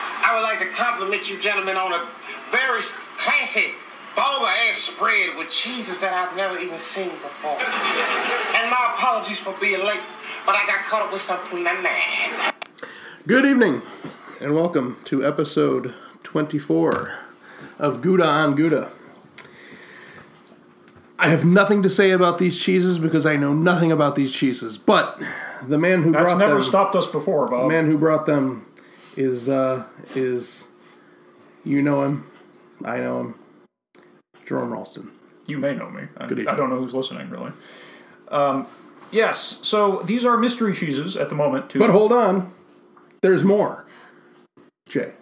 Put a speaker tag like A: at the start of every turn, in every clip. A: I would like to compliment you gentlemen on a very classy boba ass spread with cheeses that I've never even seen before. and my apologies for being late, but I got caught up with something. Nah, nah.
B: Good evening, and welcome to episode 24 of Gouda on Gouda. I have nothing to say about these cheeses because I know nothing about these cheeses, but the man who
C: That's
B: brought
C: never
B: them,
C: stopped us before,
B: the
C: Bob.
B: man who brought them, is uh, is you know him, I know him, Jerome Ralston.
C: You may know me. I,
B: Good evening.
C: I don't know who's listening, really. Um, yes, so these are mystery cheeses at the moment. To
B: But hold on, there's more. Jay,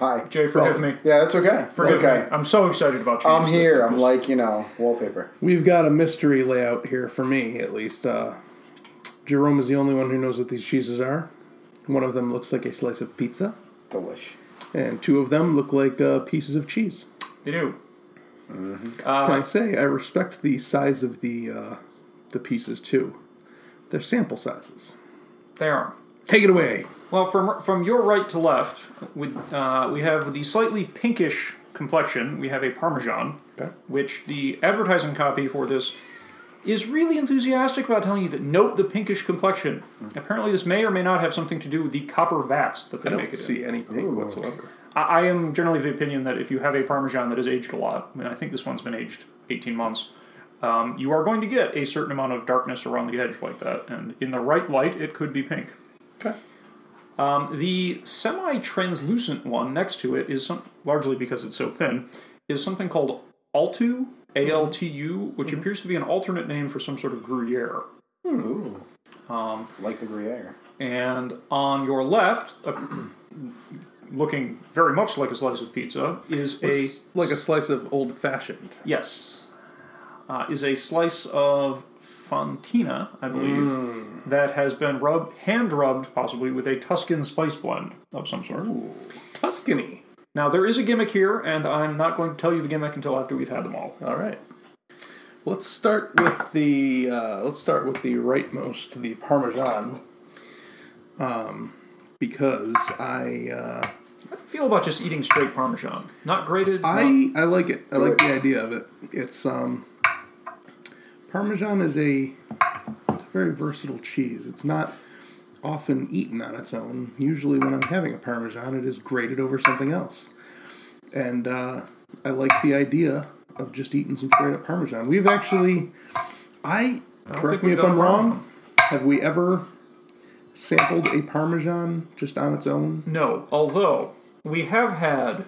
D: Hi.
C: Jay,
B: Oh.
C: forgive me.
D: Yeah, that's okay. It's
C: Forgive
D: okay.
C: me. I'm so excited about cheeses.
D: I'm here. I'm like, you know, wallpaper.
B: we've got a mystery layout here for me, at least. Uh, Jerome is the only one who knows what these cheeses are. One of them looks like a slice of pizza.
D: Delish.
B: and two of them look like uh, pieces of cheese.
C: They do. Uh,
B: Can I say I respect the size of the uh, the pieces too? They're sample sizes.
C: They are.
B: Take it away.
C: Well, from from your right to left, with uh, we have the slightly pinkish complexion. We have a Parmesan,
B: Okay.
C: which the advertising copy for this is really enthusiastic about telling you that note the pinkish complexion. Apparently, this may or may not have something to do with the copper vats that they
B: Hmm. I
C: make
B: don't
C: it in.
B: see any pink whatsoever.
C: I, I am generally of the opinion that if you have a Parmesan that is aged a lot, and I think this one's been aged 18 months, um, you are going to get a certain amount of darkness around the edge like that. And in the right light, it could be pink.
B: Okay.
C: Um, the semi translucent one next to it is some, largely because it's so thin, is something called Altu, A L T U, which appears to be an alternate name for some sort of Gruyere.
D: Ooh. Um, like the Gruyere.
C: And on your left, uh, looking very much like a slice of pizza, is a
B: Like a slice of old fashioned.
C: Yes. Uh, is a slice of fontina, I believe, that has been rubbed, hand rubbed possibly with a Tuscan spice blend of some sort.
B: Tuscany.
C: Now, there is a gimmick here, and I'm not going to tell you the gimmick until after we've had them all.
B: All right. Let's start with the uh, let's start with the rightmost, the Parmesan, um, because I uh,
C: How do you feel about just eating straight Parmesan? Not grated? not-
B: I I like it. I like the idea of it. It's um Parmesan is a it's a very versatile cheese. It's not often eaten on its own. Usually when I'm having a Parmesan, it is grated over something else. And uh, I like the idea of just eating some straight up Parmesan. We've actually I
C: think
B: correct me
C: we've
B: if I'm
C: done Parmesan.
B: wrong. Have we ever sampled a Parmesan just on its own?
C: No, although we have had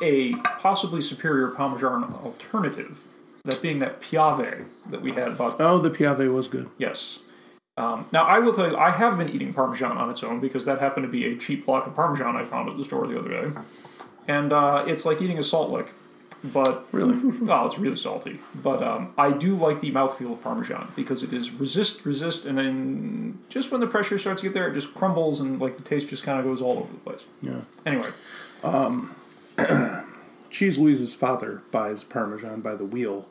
C: a possibly superior Parmesan alternative, that being that Piave that we had about
B: Oh, the Piave was good.
C: Yes. Um, now, I will tell you, I have been eating Parmesan on its own because that happened to be a cheap block of Parmesan I found at the store the other day. And uh, it's like eating a salt lick. But,
B: Really?
C: well, it's really salty. But um, I do like the mouthfeel of Parmesan because it is resist, resist, and then just when the pressure starts to get there, it just crumbles and like the taste just kind of goes all over the place.
B: Yeah.
C: Anyway,
B: Cheese Louise's father buys Parmesan by the wheel,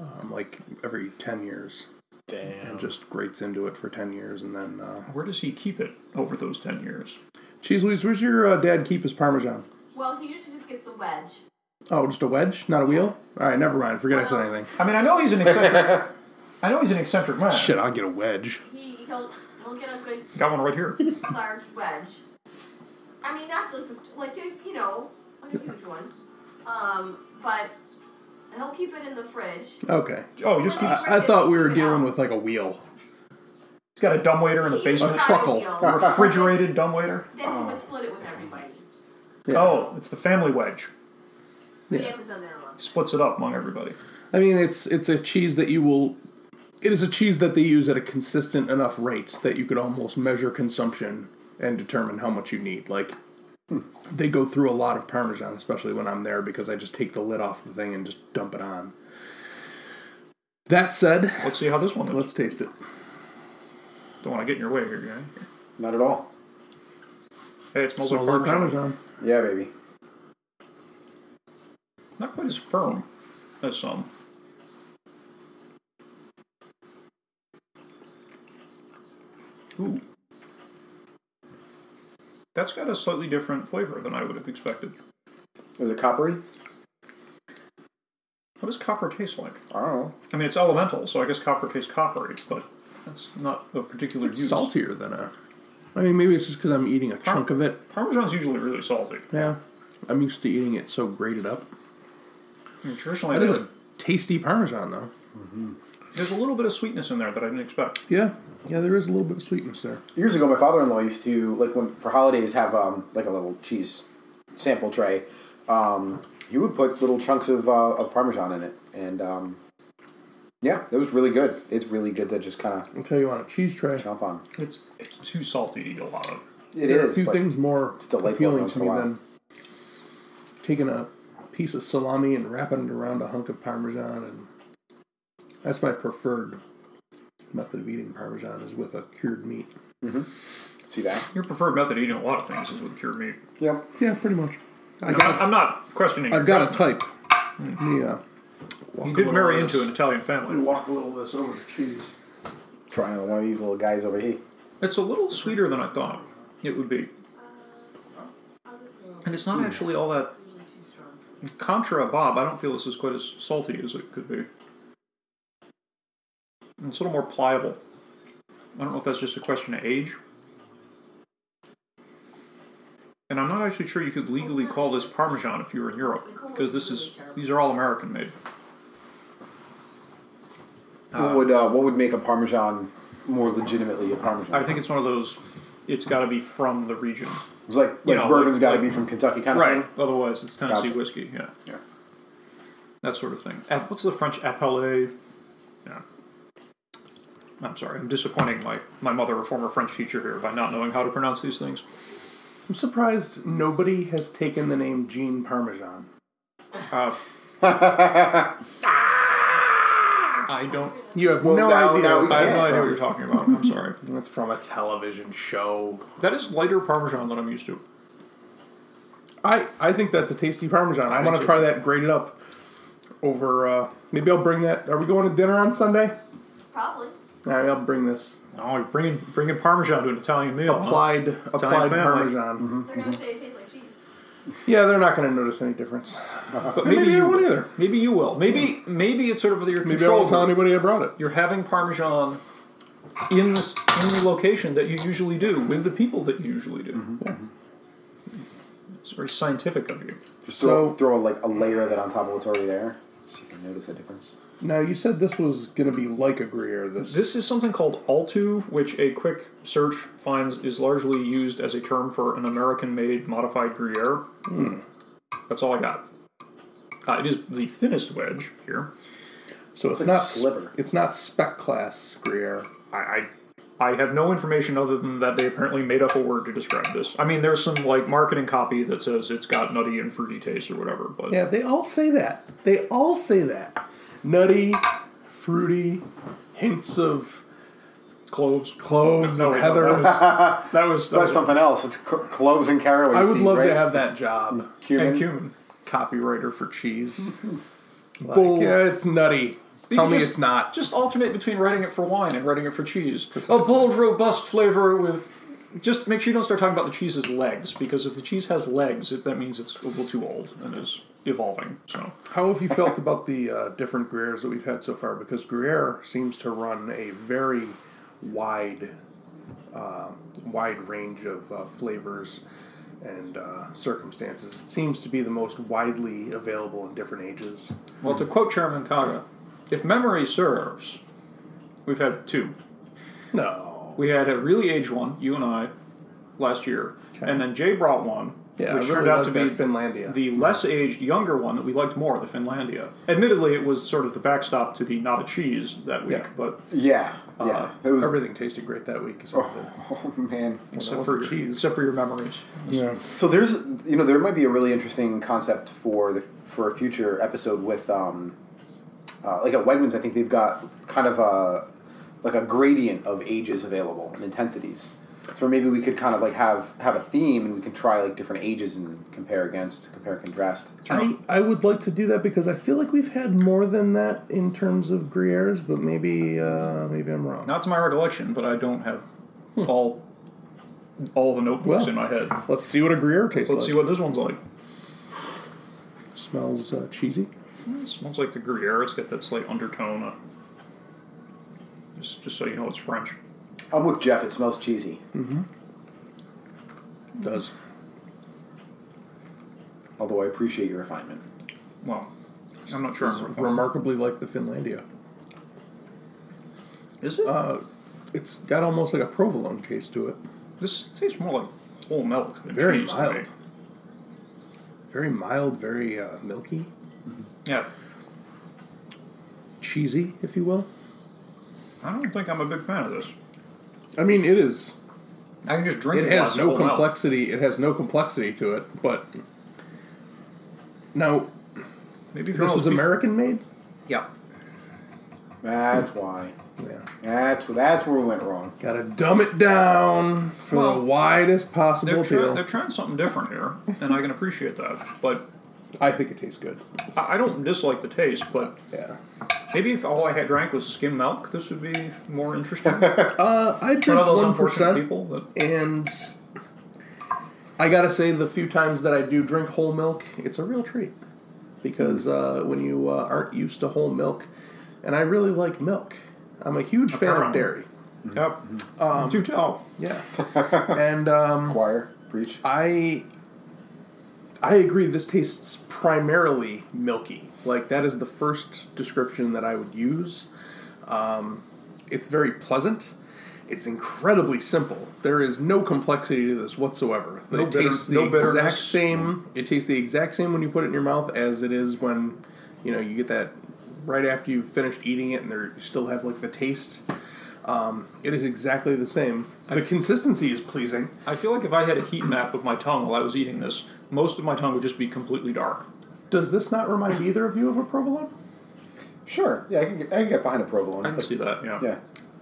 B: um, like every ten years,
D: Damn.
B: and just grates into it for ten years, and then uh,
C: where does he keep it over those 10 years?
B: Cheese Louise, where's your uh, dad keep his Parmesan?
E: Well, he usually just gets a wedge.
B: Oh, just a wedge, not a wheel. All right, never mind. Forget I said anything.
C: I mean, I know he's an eccentric. I know he's an eccentric man.
B: Shit, I'll get a wedge.
E: He he'll he'll get a good
C: Got one right here.
E: large wedge. I mean, not like this, like a, you know, a huge one. Um, but he'll keep it in the fridge.
B: Okay,
C: Oh, just keep.
B: I, I thought we were dealing with like a wheel.
C: He's got a dumbwaiter in the
E: He
C: basement.
E: usually
B: truckle.
E: buys meals.
C: Refrigerated dumbwaiter.
E: Then he would split it with everybody.
C: Oh, it's the family wedge.
E: He
B: Yeah.
E: hasn't done that in a long time.
C: Splits it up among everybody.
B: I mean, it's it's a cheese that you will. It is a cheese that they use at a consistent enough rate that you could almost measure consumption and determine how much you need. Like they go through a lot of parmesan, especially when I'm there, because I just take the lid off the thing and just dump it on. That said,
C: Let's see how this one is.
B: let's taste it.
C: Don't want to get in your way here, guy.
D: Not at all.
C: Hey, it smells,
B: Smells
C: like
B: like
C: parmesan.
B: parmesan.
D: Yeah, baby.
C: Not quite as firm as some. Ooh. That's got a slightly different flavor than I would have expected.
D: Is it coppery?
C: What does copper taste like?
D: I don't know.
C: I mean, it's elemental, so I guess copper tastes coppery, but that's not a particular
B: It's
C: use.
B: saltier than a. I mean, maybe it's just because I'm eating a chunk of it.
C: Parmesan's usually really salty.
B: Yeah, I'm used to eating it so grated up.
C: I mean, traditionally,
B: That is
C: there's,
B: a tasty Parmesan, though.
C: there's a little bit of sweetness in there that I didn't expect.
B: Yeah, yeah, there is a little bit of sweetness there.
D: Years ago, my father-in-law used to like when for holidays have um, like a little cheese sample tray. Um, he would put little chunks of uh, of parmesan in it, and um, yeah, it was really good. It's really good to just kind of
B: I'll tell you on a cheese tray.
D: chomp on.
C: It's it's too salty to eat a lot of.
D: It is.
B: there are a few
D: but
B: things more
D: delightful
B: appealing
D: once
B: to
D: in a
B: me
D: while.
B: than taking a piece of salami and wrapping it around a hunk of parmesan, and that's my preferred method of eating parmesan is with a cured meat.
D: See that?
C: Your preferred method of eating a lot of things is with cured meat.
D: Yep.
B: Yeah, pretty much. I
C: I'm
B: got,
C: not,
B: i
C: I'm not questioning.
B: I've
C: your
B: got a
C: judgment.
B: type. uh, Yeah.
C: You did marry into an Italian family.
B: Walk a little of this over to cheese.
D: Try another one of these little guys over here.
C: It's a little sweeter than I thought it would be, and it's
B: Hmm.
C: not actually all that. Contra Bob, I don't feel this is quite as salty as it could be. And It's a little more pliable. I don't know if that's just a question of age. And I'm not actually sure you could legally call this Parmesan if you were in Europe, because this is these are all American made.
D: what would uh, what would make a parmesan more legitimately a parmesan?
C: I think it's one of those. It's got to be from the region,
D: it's like
C: you
D: like
C: know,
D: bourbon's
C: like-
D: got to
C: like-
D: be from Kentucky, kind of
C: right?
D: thing.
C: Otherwise, it's Tennessee
D: Gotcha.
C: whiskey. Yeah.
D: Yeah.
C: that sort of thing. Ap- What's the French appelé? Yeah. I'm sorry, I'm disappointing my, my mother, a former French teacher here, by not knowing how to pronounce these things.
B: I'm surprised nobody has taken the name Gene Parmesan.
C: Uh, I don't.
B: You have
D: Well,
B: no
D: now-
B: idea.
D: now we
C: I have no
D: Yeah.
C: idea what you're talking about. I'm sorry.
B: That's from a television show.
C: That is lighter Parmesan than I'm used to.
B: I, I think that's a tasty Parmesan. I
C: do
B: want to
C: too.
B: try that grated up over. Uh, maybe I'll bring that. Are we going to dinner on Sunday?
E: Probably.
B: All right, I'll bring this
C: Oh, you're bringing bringing Parmesan to an Italian meal. huh?
B: Uh-huh. applied applied Parmesan.
C: family.
E: They're gonna
C: Mm-hmm.
E: say it tastes like cheese.
B: Yeah, they're not going to notice any difference.
C: But
B: Maybe,
C: maybe
B: you
C: you
B: won't
C: will.
B: either.
C: Maybe you will. Maybe maybe it's sort of your
B: Maybe I
C: control.
B: won't tell
C: group.
B: anybody I brought it.
C: You're having Parmesan in this in the location that you usually do with the people that you usually do. It's very scientific of you.
D: Just throw
B: So-
D: throw like a layer of that on top of what's already there. See if you notice a difference.
B: Now you said this was going to be like a Gruyere. This,
C: This is something called Altu, which a quick search finds is largely used as a term for an American made modified Gruyere. That's all I got. Uh, it is the thinnest wedge here.
B: so it's
D: like a
B: not
D: sliver.
B: It's not spec class Gruyere.
C: I, I I have no information other than that they apparently made up a word to describe this. I mean, there's some like marketing copy that says it's got nutty and fruity taste or whatever, but
B: Yeah, they all say that. They all say that. Nutty, fruity, hints of
C: cloves.
B: cloves,
C: No, wait,
B: heather.
C: that was that was, that
D: That's
C: was
D: something else. It's cl- cloves and caraway
B: I would
D: seeds,
B: love
D: right?
B: to have that job.
D: cumin.
C: and cumin.
B: Copywriter for cheese. like,
C: Bold.
B: yeah, it's nutty. Tell me it's not.
C: Just alternate between writing it for wine and writing it for cheese. A bold, robust flavor with. Just make sure you don't start talking about the cheese's legs, because if the cheese has legs, it, that means it's a little too old and is evolving. So
B: How have you felt about the uh, different Gruyères that we've had so far? Because Gruyere seems to run a very wide, uh, wide range of uh, flavors and uh, circumstances. It seems to be the most widely available in different ages.
C: Well, to quote Chairman Kaga, if memory serves, we've had two.
B: No.
C: We had a really aged one, you and I, last year,
B: Okay.
C: and then Jay brought one,
B: Yeah,
C: which
B: I really
C: turned out to
B: like
C: be
B: that Finlandia.
C: the less aged, younger one that we liked more, the Finlandia. Admittedly, it was sort of the backstop to the not a cheese that week,
B: Yeah.
C: but
D: Yeah, yeah.
C: Uh,
D: it was.
B: Everything tasted great that week. Except the-
D: Oh man.
C: except for your,
B: wasn't cheese.
C: except for your memories.
B: yeah.
D: So there's, you know, there might be a really interesting concept for the for a future episode with, um, uh, like at Wegmans, I think they've got kind of a like a gradient of ages available and intensities. So maybe we could kind of like have have a theme and we can try like different ages and compare against, compare contrast.
B: I, I would like to do that because I feel like we've had more than that in terms of Gruyères, but maybe uh, maybe I'm wrong.
C: Not to my recollection, but I don't have all all the notebooks
B: Well.
C: in my head. Let's
B: Let's see what a Gruyere tastes like.
C: see what this one's like.
B: Smells uh, cheesy.
C: It smells like the Gruyere. It's got that slight undertone. Uh, just, just so you know, it's French.
D: I'm with Jeff. It smells cheesy.
B: Does.
D: Although I appreciate your refinement.
C: Well, I'm not sure. I'm
B: It's
C: refined.
B: remarkably like the Finlandia.
C: Is it?
B: Uh, it's got almost like a provolone taste to it.
C: this tastes more like whole milk than
B: Very
C: cheese to me.
B: mild. Very mild, very uh, milky,
C: Yeah.
B: cheesy, if you will.
C: I don't think I'm a big fan of this.
B: I mean, it is.
C: I can just drink
B: It
C: it.
B: has no
C: complex.
B: complexity. It has no complexity to it. But now,
C: Maybe if you're
B: this
C: one of
B: is
C: those
B: American made.
C: people- Yeah.
D: That's why.
B: Yeah,
D: That's that's where we went wrong.
B: gotta dumb it down for
C: Well,
B: the widest
C: They're,
B: possible
C: try-
B: appeal.
C: they're trying something different here, and I can appreciate that. But
B: I think it tastes good.
C: I, I don't dislike the taste. But
B: Yeah,
C: maybe if all I had drank was skim milk, this would be more interesting. one
B: uh, I drink
C: of those
B: one
C: unfortunate
B: percent.
C: people that
B: and I gotta say, the few times that I do drink whole milk, it's a real treat because uh, when you uh, aren't used to whole milk, and I really like milk. I'm a huge fan of
C: Apparently.
B: dairy. Mm-hmm.
C: Yep.
B: Um,
C: Do tell.
B: Yeah, and um,
D: Choir, preach.
C: Uh,
B: I I agree. This tastes primarily milky. Like that is the first description that I would use. Um, it's very pleasant. It's incredibly simple. There is no complexity to this whatsoever.
C: No
B: it
C: bitter-
B: tastes the
C: no
B: exact
C: bitterness.
B: same. It tastes the exact same when you put it in your mouth as it is when you know you get that right after you've finished eating it, and there you still have like the taste. Um, it is exactly the same. The consistency is pleasing.
C: I feel like if I had a heat map of my tongue while I was eating this, most of my tongue would just be completely dark.
B: Does this not remind either of you of a provolone?
D: Sure. Yeah, I can get, I can get behind a provolone.
C: I can see that. Yeah.
D: Yeah.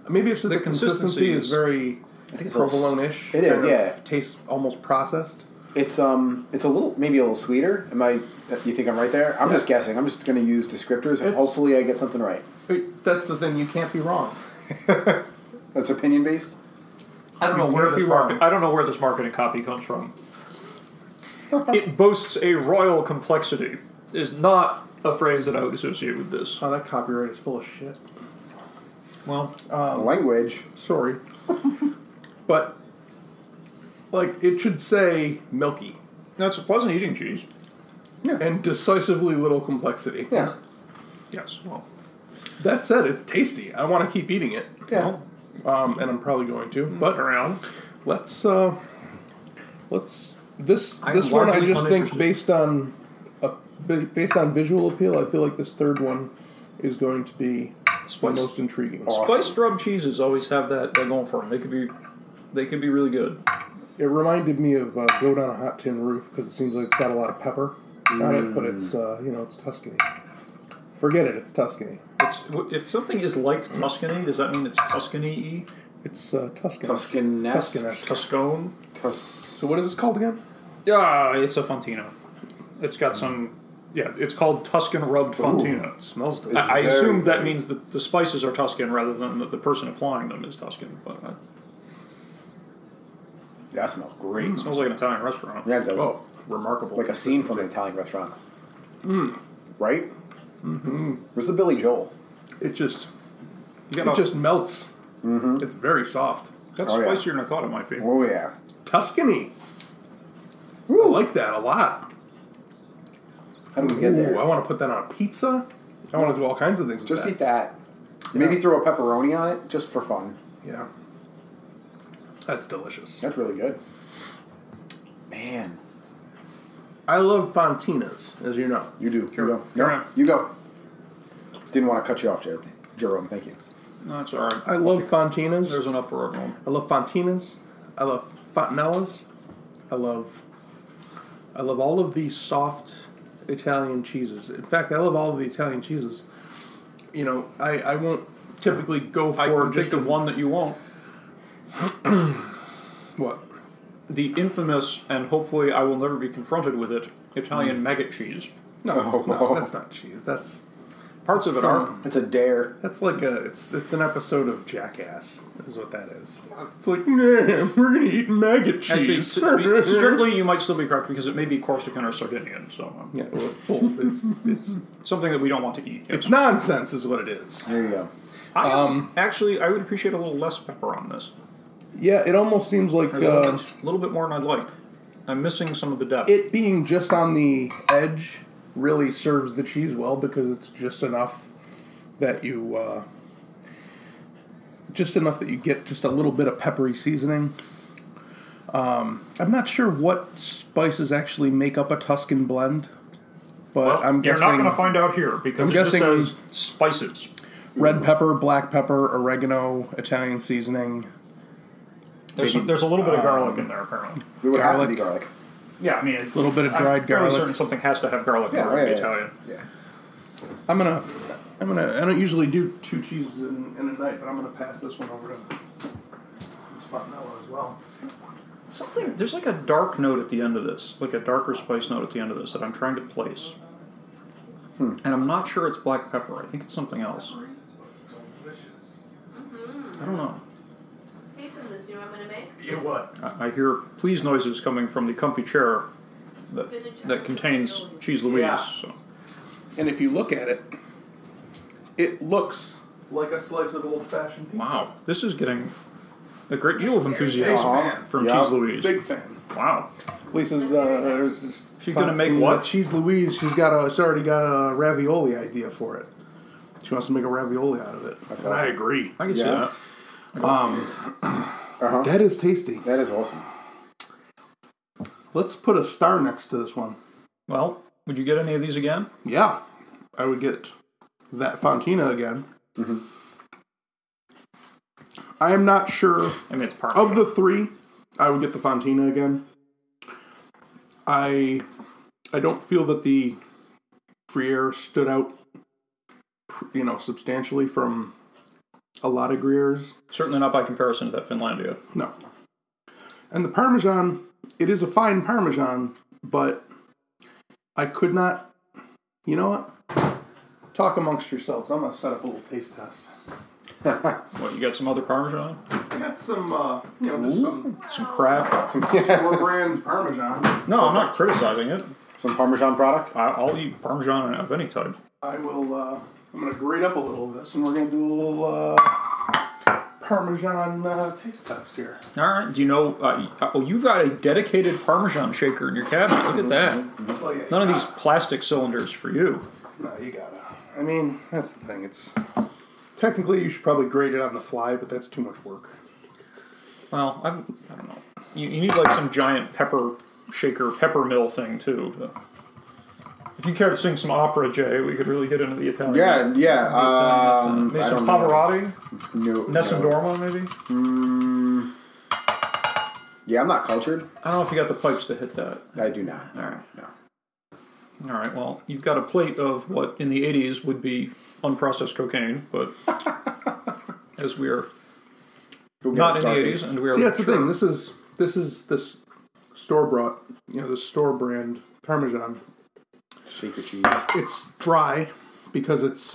B: Maybe it's just the,
C: The
B: consistency,
C: consistency
B: is,
C: is-
B: very
D: I think it's a little-
B: provolone-ish.
D: It is,
B: kind of
D: yeah.
B: Tastes almost processed.
D: It's um, it's a little maybe a little sweeter. Am I? You think I'm right there? I'm just guessing. I'm just going to use descriptors, and
B: It's-
D: hopefully, I get something right.
B: It- that's the thing. You can't be wrong.
D: That's opinion based.
C: I don't know
B: You
C: where
B: can't
C: this
B: be wrong.
C: market. I don't know where this marketing copy comes from. it boasts a royal complexity. Is not a phrase that I would associate with this.
B: Oh, that copyright is full of shit.
C: Well,
D: Language.
B: Sorry, but like it should say milky
C: that's a pleasant eating cheese.
B: and decisively little complexity.
D: Yeah.
C: Yes. Well,
B: That said, it's tasty. I want to keep eating it,
D: Yeah.
C: well
B: um, and I'm probably going to. But
C: around.
B: Let's uh, let's this
C: I am
B: this one I
C: largely
B: just think
C: uninterested.
B: based on a, ba- based on visual appeal, I feel like this third one is going to be the
C: Spice.
B: most intriguing.
C: Spiced rub cheeses always have that, that going for them. They could be, they could be really good.
B: It reminded me of uh, "Go Down a Hot Tin Roof" because it seems like it's got a lot of pepper on it, but it's uh, you know it's Tuscany. Forget it, it's Tuscany.
C: It's, if something is like Tuscany, does that mean it's Tuscany-y?
B: It's uh, Tuscan.
D: Tuscanesque.
B: Tuscanesque.
C: Tuscone?
D: Tus-
B: So what is this called again?
C: Yeah, it's a Fontino. It's got some. Yeah, it's called Tuscan rubbed Fontino.
B: Smells
C: I,
B: delicious.
C: I
D: very
C: assume that
D: good.
C: means that the spices are Tuscan rather than that the person applying them is Tuscan. But uh,
D: That smells great.
C: it smells like an Italian restaurant.
D: Yeah, it does.
B: Oh, remarkable!
D: Like a scene from an Italian restaurant. Right. Mm-hmm. Where's the Billy Joel?
B: It just
C: You got
B: it
C: a-
B: just melts. It's very soft.
C: that's
D: oh, yeah.
C: spicier than I thought it might be.
D: Oh yeah.
B: Tuscany. I like that a lot.
D: How do we get
B: Ooh,
D: there?
B: I want to put that on a pizza. I want to do all kinds of things.
D: just
B: with
D: eat that. Maybe throw a pepperoni on it, just for fun.
B: Yeah, that's delicious.
D: That's really good. Man,
B: I love Fontinas, as you know.
D: you do.
C: Sure.
D: You go.
C: You're
D: No,
C: right.
D: you go. Didn't want to cut you off, Jer- Jerome. Thank you.
C: No, it's all right.
B: I love Fontinas.
C: There's enough for everyone.
B: I love Fontinas. I love Fontanellas. I love. I love all of the soft Italian cheeses. In fact, I love all of the Italian cheeses. You know, I, I won't typically go
C: I
B: for
C: can
B: just
C: think of
B: a,
C: one that you won't.
B: what
C: The infamous, and hopefully I will never
B: Mm.
C: be confronted with it, Italian maggot cheese.
B: No,
D: Oh.
B: no, that's not cheese. That's
C: Parts of it are.
B: Some-
D: It's a dare.
B: That's like a it's it's an episode of Jackass is what that is. It's like yeah, we're gonna eat maggot
C: Actually,
B: cheese.
C: s- we- strictly, you might still be correct because it may be Corsican or Sardinian, so um,
B: yeah, well, well, it's, it's
C: something that we don't want to eat.
B: it's um, nonsense is what it is.
D: There you go.
C: I, actually, I would appreciate a little less pepper on this.
B: Yeah, it almost seems like
C: A little,
B: uh,
C: bit, a little bit more than I'd like. I'm missing some of the depth.
B: it being just on the edge really serves the cheese well because it's just enough that you uh, just enough that you get just a little bit of peppery seasoning. Um, I'm not sure what spices actually make up a Tuscan blend, but
C: Well,
B: I'm
C: you're
B: guessing
C: not going to find out here because
B: I'm
C: it
B: guessing-
C: just says spices.
B: red pepper, black pepper, oregano, Italian seasoning.
C: There's, some, there's a little bit
B: um,
C: of garlic in there apparently.
D: It would have to
B: Garlic.
D: be garlic.
C: Yeah, I mean a
B: Little bit of dried garlic.
C: I'm Fairly certain something has to have garlic
D: Yeah,
C: in
D: yeah,
C: it
D: yeah.
C: Italian.
D: Yeah.
B: I'm gonna, I'm gonna. I don't usually do two cheeses in, in a night, but I'm gonna pass this one over to this fontanella as well.
C: Something there's like a dark note at the end of this, like a darker spice note at the end of this that I'm trying to place.
B: Hmm.
C: And I'm not sure it's black pepper. I think it's something else. I don't know.
E: Save some of this. You know what I'm gonna make?
B: You what?
C: I, I hear please noises coming from the comfy chair that,
E: Spinach
C: that
E: and
C: contains
E: ravioli.
C: cheese Louise.
B: Yeah.
C: So.
B: And if you look at it, it looks like a slice of old-fashioned pizza.
C: Wow, this is getting a great deal of
B: Big
C: enthusiasm
B: fan.
C: from
D: Yeah.
C: Cheese Louise.
B: Big fan.
C: Wow.
B: Lisa's uh, there's this
C: She's gonna make
B: fontina-
C: what?
B: She's Louise. She's got a. She's already got a ravioli idea for it. She wants to make a ravioli out of it. and I
D: awesome.
B: agree.
C: I can see
D: Yeah.
C: that.
B: That is tasty.
D: That is awesome.
B: Let's put a star next to this one.
C: Well, would you get any of these again?
B: Yeah, I would get that Fontina again. Mm-hmm. I am not sure
C: I mean, it's part
B: of the three. I would get the Fontina again. I I don't feel that the Gruyere stood out, you know, substantially from a lot of Gruyers.
C: Certainly not by comparison to that Finlandia.
B: No. And the Parmesan, it is a fine Parmesan, but I could not. You know what? Talk amongst yourselves. I'm gonna set up a little taste test.
C: What, you got some other Parmesan?
B: I got some, uh, you know, just some
C: Some craft?
B: store brand Parmesan.
C: No, I'm not criticizing it.
D: Some Parmesan product.
C: I, I'll eat Parmesan of any type.
B: I will. Uh, I'm gonna grate up a little of this, and we're gonna do a little uh, Parmesan uh, taste test here.
C: All right. Do you know? Uh, oh, you've got a dedicated Parmesan shaker in your cabinet. Look at that.
B: Oh, yeah,
C: None of
B: you
C: these plastic cylinders for you.
B: No, you gotta. I mean, that's the thing. It's technically you should probably grade it on the fly, but that's too much work.
C: Well, I'm, I don't know. You, you need like some giant pepper shaker, pepper mill thing too. to- if you care to sing some opera, Jay, we could really get into the Italian.
D: Yeah, yeah. Um,
C: Maybe
D: I
C: some
D: don't know.
C: Pavarotti,
D: No, no.
C: Nessendorma, maybe.
D: Yeah, I'm not cultured.
C: I don't know if you got the pipes to hit that.
D: I do not.
C: All right.
D: No.
C: All right. Well, you've got a plate of what in the '80s would be unprocessed cocaine, but as we are
D: Go get
C: not
D: a
C: in the
D: Scarface.
C: '80s, and we are
B: See, that's the thing. This is this is this store brought, you know, the store brand Parmesan.
D: Shake the cheese.
B: It's dry because it's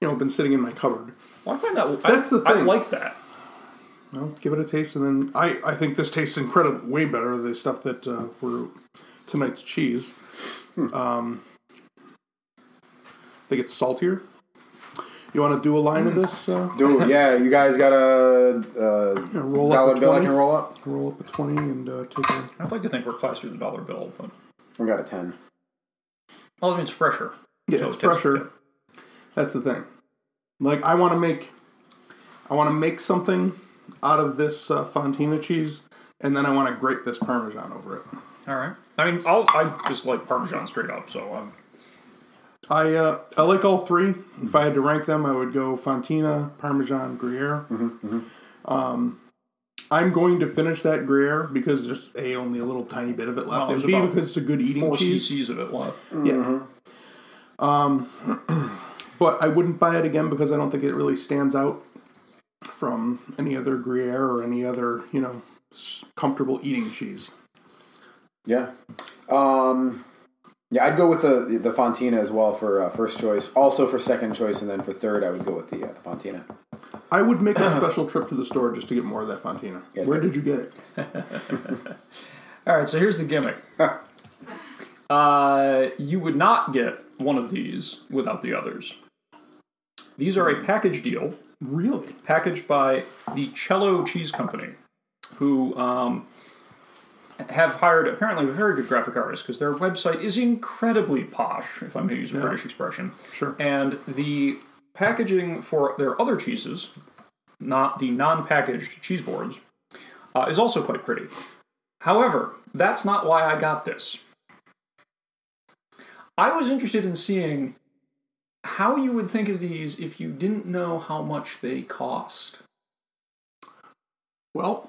B: you know been sitting in my cupboard.
C: Well, I find that
B: That's
C: I,
B: the
C: I
B: thing.
C: like that.
B: Well, give it a taste, and then I I think this tastes incredible, way better than the stuff that uh, were tonight's cheese. Um, I think it's saltier. You want to do a line of this? Uh,
D: Dude, yeah, you guys got a, uh
B: roll up
D: dollar
B: a
D: bill I
B: 20.
D: can roll up?
B: Roll up a twenty and uh, take a.
C: I'd like to think we're closer to the dollar bill, but
D: We got a 10.
C: well, I mean it's fresher.
B: Yeah,
C: So
B: it's
C: it tastes
B: fresher.
C: good.
B: That's the thing. Like I want to make, I want to make something out of this uh, Fontina cheese, and then I want to grate this Parmesan over it.
C: All right. I mean, I'll, I just like Parmesan straight up, so um,
B: I uh, I like all three. If I had to rank them, I would go Fontina, Parmesan, Gruyere. Um, I'm going to finish that Gruyere because there's a only a little tiny bit of it left,
C: Well,
B: and
C: there's
B: b
C: about
B: because it's a good eating
C: four
B: cheese.
C: cc's of it left.
B: Yeah. Um, but I wouldn't buy it again because I don't think it really stands out from any other Gruyere or any other, you know, s- comfortable eating cheese.
D: Yeah. Um, Yeah, I'd go with the the Fontina as well for uh, first choice. Also for second choice, and then for third, I would go with the, uh, the Fontina.
B: I would make a special trip to the store just to get more of that Fontina.
D: Yes,
B: Where
D: sir.
B: did you get it?
C: All right, so here's the gimmick. uh, you would not get one of these without the others. These are a package deal
B: Really?
C: packaged by the Cello Cheese Company, who um, have hired apparently a very good graphic artist because their website is incredibly posh, if I may use a British expression.
B: Sure.
C: And the packaging for their other cheeses, not the non packaged cheese boards, uh, is also quite pretty. However, that's not why I got this. I was interested in seeing how you would think of these if you didn't know how much they cost.
B: Well,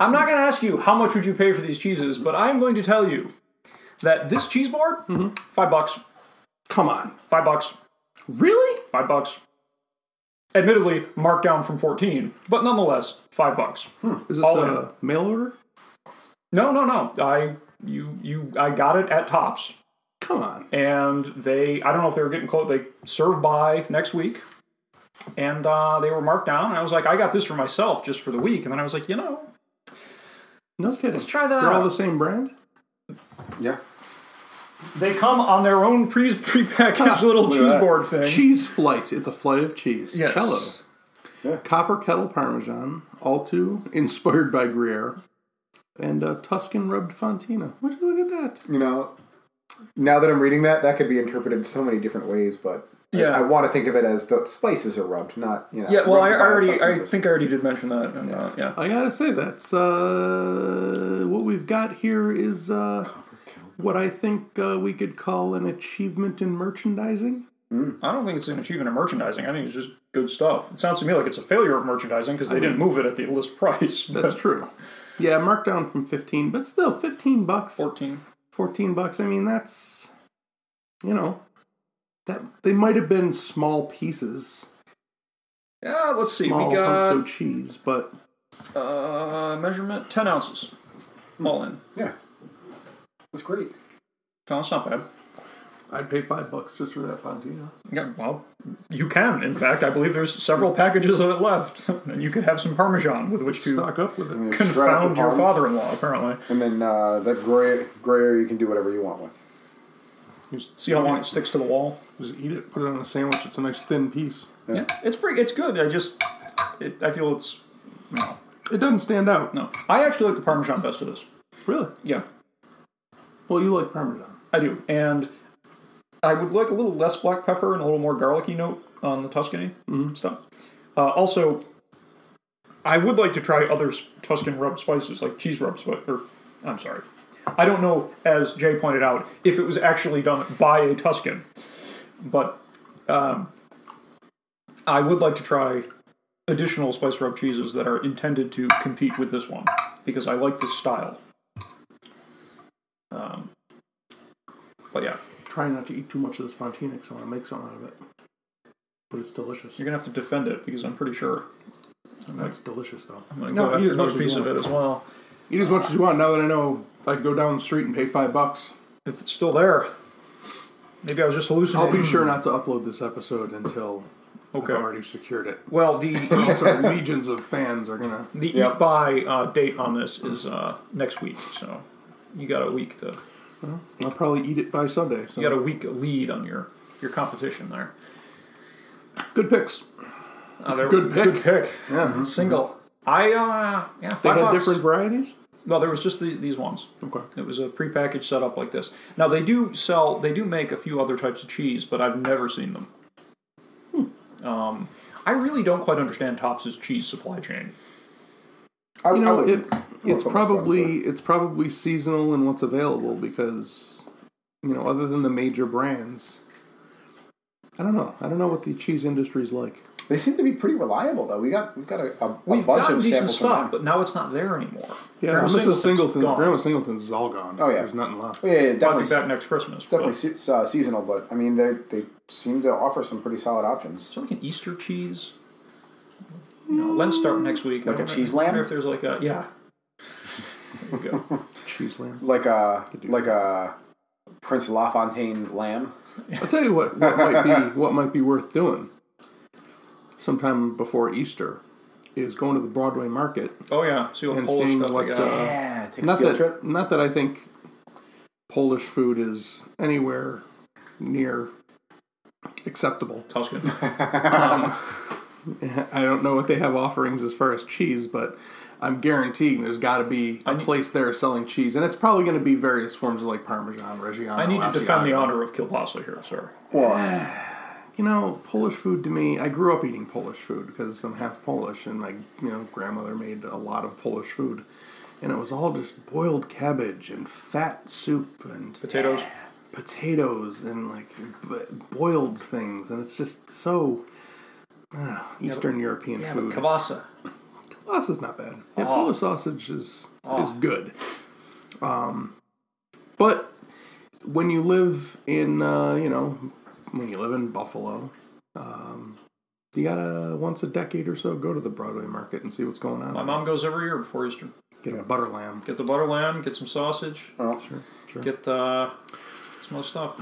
C: I'm not going to ask you how much would you pay for these cheeses, but I'm going to tell you that this cheese board,
D: Mm-hmm.
C: five bucks,
B: come on.
C: five bucks,
B: Really?
C: five bucks. Admittedly, marked down from 14, but nonetheless, five bucks.
D: Hmm.
B: Is this
C: All in.
B: a mail order?
C: No, no, no. I you you I got it at Tops,
B: Come on.
C: and they I don't know if they were getting close. They serve by next week, and uh, they were marked down. And I was like, I got this for myself just for the week, and then I was like, you know,
B: No kidding.
C: let's try that
B: They're all
C: out.
B: the same brand?
D: Yeah.
C: They come on their own pre prepackaged little
D: Look at
C: cheese
D: that.
C: board thing.
B: Cheese flight. It's a flight of cheese.
C: Yes.
B: Cello.
D: Yeah.
B: Copper kettle parmesan. Alto, inspired by Gruyere. And uh, Tuscan rubbed Fontina. Would you look at that?
D: You know, now that I'm reading that, that could be interpreted so many different ways, but I-
C: Yeah.
D: I, want to think of it as the spices are rubbed, not, you know.
C: Yeah, well, I, I
D: rubbed by a
C: already
D: custom
C: I
D: person.
C: think I already did mention that. And, uh, yeah.
B: I gotta say that's uh, what we've got here is uh, what I think uh, we could call an achievement in merchandising.
C: I don't think it's an achievement of merchandising. I think it's just good stuff. It sounds to me like it's a failure of merchandising because they didn't move it at the list price. but-
B: That's true. Yeah, markdown from fifteen, but still fifteen bucks,
C: 14.
B: fourteen bucks. I mean, that's you know that they might have been small pieces,
C: Yeah, let's see.
B: small
C: we got
B: hunks of cheese, but
C: uh, measurement 10 ounces. All in.
D: Yeah. That's great.
C: No, it's not bad.
B: I'd pay five bucks just for that fontina.
C: Yeah, well, you can. In fact, I believe there's several packages of it left. and you could have some Parmesan with which to
B: Stock up with it.
D: And then shred up
C: confound
D: the
C: your
D: palm,
C: father in law, apparently.
D: And then uh, that Gruyere, Gruyere, you can do whatever you want with.
C: Just see how long it sticks to the wall.
B: Just eat it, put it on a sandwich. It's a nice thin piece.
C: Yeah, it's pretty. It's good. I just, it, I feel it's no,
B: It doesn't stand out.
C: no. I actually like the Parmesan best of this.
B: Really?
C: Yeah,
B: Well, you like parmesan.
C: I do, and I would like a little less black pepper and a little more garlicky note on the Tuscany stuff. Uh, also, I would like to try other s- Tuscan rub spices like cheese rub spice. Or, I'm sorry, I don't know. As Jay pointed out, if it was actually done by a Tuscan, but um, I would like to try additional spice rub cheeses that are intended to compete with this one because I like this style. Um, but yeah,
B: Try not to eat too much of this fontina because I want to make some out of it. But it's delicious.
C: you're gonna have to defend it because I'm pretty sure
B: That's delicious, though.
C: I'm gonna go after another piece of it as well.
B: Eat as much as you want. Now that I know, I'd go down the street and pay five bucks.
C: If it's still there, maybe I was just
B: I'll
C: hallucinating.
B: be sure not to upload this episode until
C: Okay.
B: I've already secured it.
C: Well, the eat,
B: Also, legions of fans are gonna.
C: the eat
D: Yep.
C: by uh, date on this is uh, next week, so you got a week to
B: I'll probably eat it by Sunday. So
C: you got a week lead on your your competition there.
B: good picks.
C: Uh, there-
B: Good pick.
C: Good pick.
B: Yeah, Mm-hmm.
C: Single. I uh
B: they
C: yeah. Five
B: had
C: bucks.
B: different varieties.
C: No, there was just the, these ones.
B: Okay,
C: It was a prepackaged setup like this. Now they do sell, they do make a few other types of cheese, but I've never seen them.
D: Hmm.
C: Um, I really don't quite understand Topps' cheese supply chain.
D: I,
B: you
D: I
B: know
D: would-
B: it. It's
D: put my
B: probably it's probably seasonal and what's available because you know other than the major brands, I don't know. I don't know what the cheese industry's like.
D: They seem to be pretty reliable, though. We got we've got a, a, a
C: We've
D: bunch
C: gotten
D: of
C: decent
D: samples
C: stuff,
D: from them.
C: but now it's not there anymore.
B: Yeah,
C: Grandma
B: Mrs. Singleton's,
C: Singleton's gone.
B: Grandma Singleton's is all gone.
D: Oh, yeah.
B: there's nothing left.
D: yeah, yeah,
C: I'll
D: definitely,
C: be back next Christmas. but-
D: definitely se- uh, seasonal. But I mean, they they seem to offer some pretty solid options.
C: Is there like an Easter cheese? You know, Lent start next week. I
D: Like a
C: don't know-
D: cheese
C: I wonder
D: lamb?
C: If there's like a yeah. There you go.
B: Cheese lamb.
D: Like a like a uh, Prince LaFontaine lamb.
B: I'll tell you what, what might be what might be worth doing sometime before Easter is going to the Broadway market
C: Oh yeah, see what
B: and
C: Polish
B: seeing
C: stuff
B: what
C: they got.
B: uh,
D: Yeah, take a
B: not
D: field
B: that
D: trip.
B: not that I think Polish food is anywhere near acceptable.
C: Tuscan.
B: I don't know what they have offerings as far as cheese, but I'm guaranteeing there's got to be a
C: need-
B: place there selling cheese, and it's probably going to be various forms of like Parmesan, Reggiano.
C: I need to defend the
B: Asiago.
C: honor of Kilbasa here, sir.
D: Well,
B: You know, Polish food to me, I grew up eating Polish food because I'm half Polish, and my you know grandmother made a lot of Polish food, and it was all just boiled cabbage and fat soup and
C: Potatoes.
B: potatoes and like b- boiled things, and it's just so. Uh, Eastern European
C: Yeah, but
B: food.
C: kielbasa.
B: Sauce is not bad. Yeah,
C: Oh.
B: Polish sausage is is good. Um, but when you live in uh, you know when you live in Buffalo, um, you gotta once a decade or so go to the Broadway market and see what's going on.
C: My mom goes every year before Easter.
B: Get a butter lamb.
C: Get the butter lamb. Get some sausage.
B: Sure, sure.
C: Get uh, some other stuff.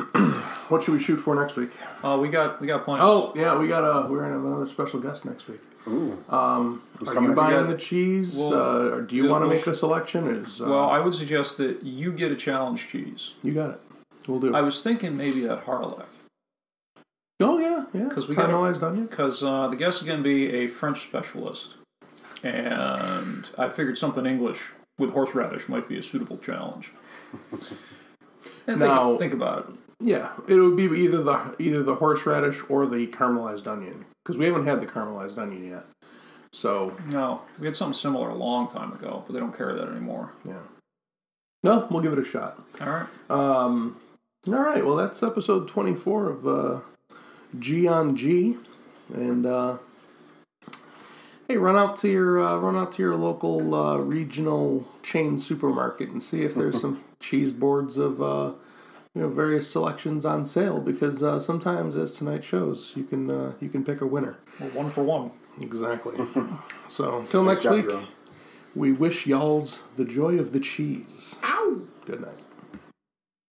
B: what should we shoot for next week?
C: Uh, we got we got plans.
B: Oh yeah, we got a we're gonna have another special guest next week. Ooh. Um, are you
D: coming?
B: buying
C: Yeah.
B: the cheese?
C: Well,
B: uh, or do you
C: yeah,
B: want to
C: we'll
B: make a selection? Is uh,
C: Well, I would suggest that you get a challenge cheese.
B: you got it. We'll do.
C: I
B: it.
C: was thinking maybe that Harlech
B: oh yeah, yeah.
C: 'Cause we gotta-
B: caramelized onion.
C: because uh, the guest is going to be a French specialist, and I figured something English with horseradish might be a suitable challenge. And think,
B: Now-
C: think about it.
B: Yeah, it would be either the either the horseradish or the caramelized onion because we haven't had the caramelized onion yet. So
C: No, we had something similar a long time ago, but they don't carry that anymore.
B: yeah, no, we'll give it a shot.
C: All right.
B: Um, all right, well that's episode twenty four of uh, G on G, and uh, hey, run out to your uh, run out to your local uh, regional chain supermarket and see if there's some cheese boards of uh, you know various selections on sale because uh, sometimes, as tonight shows, you can uh, you can pick a winner.
C: We're one for one.
B: Exactly. so until next
D: job,
B: week,
D: Jerome.
B: we wish y'all's the joy of the cheese.
E: Ow!
B: Good night.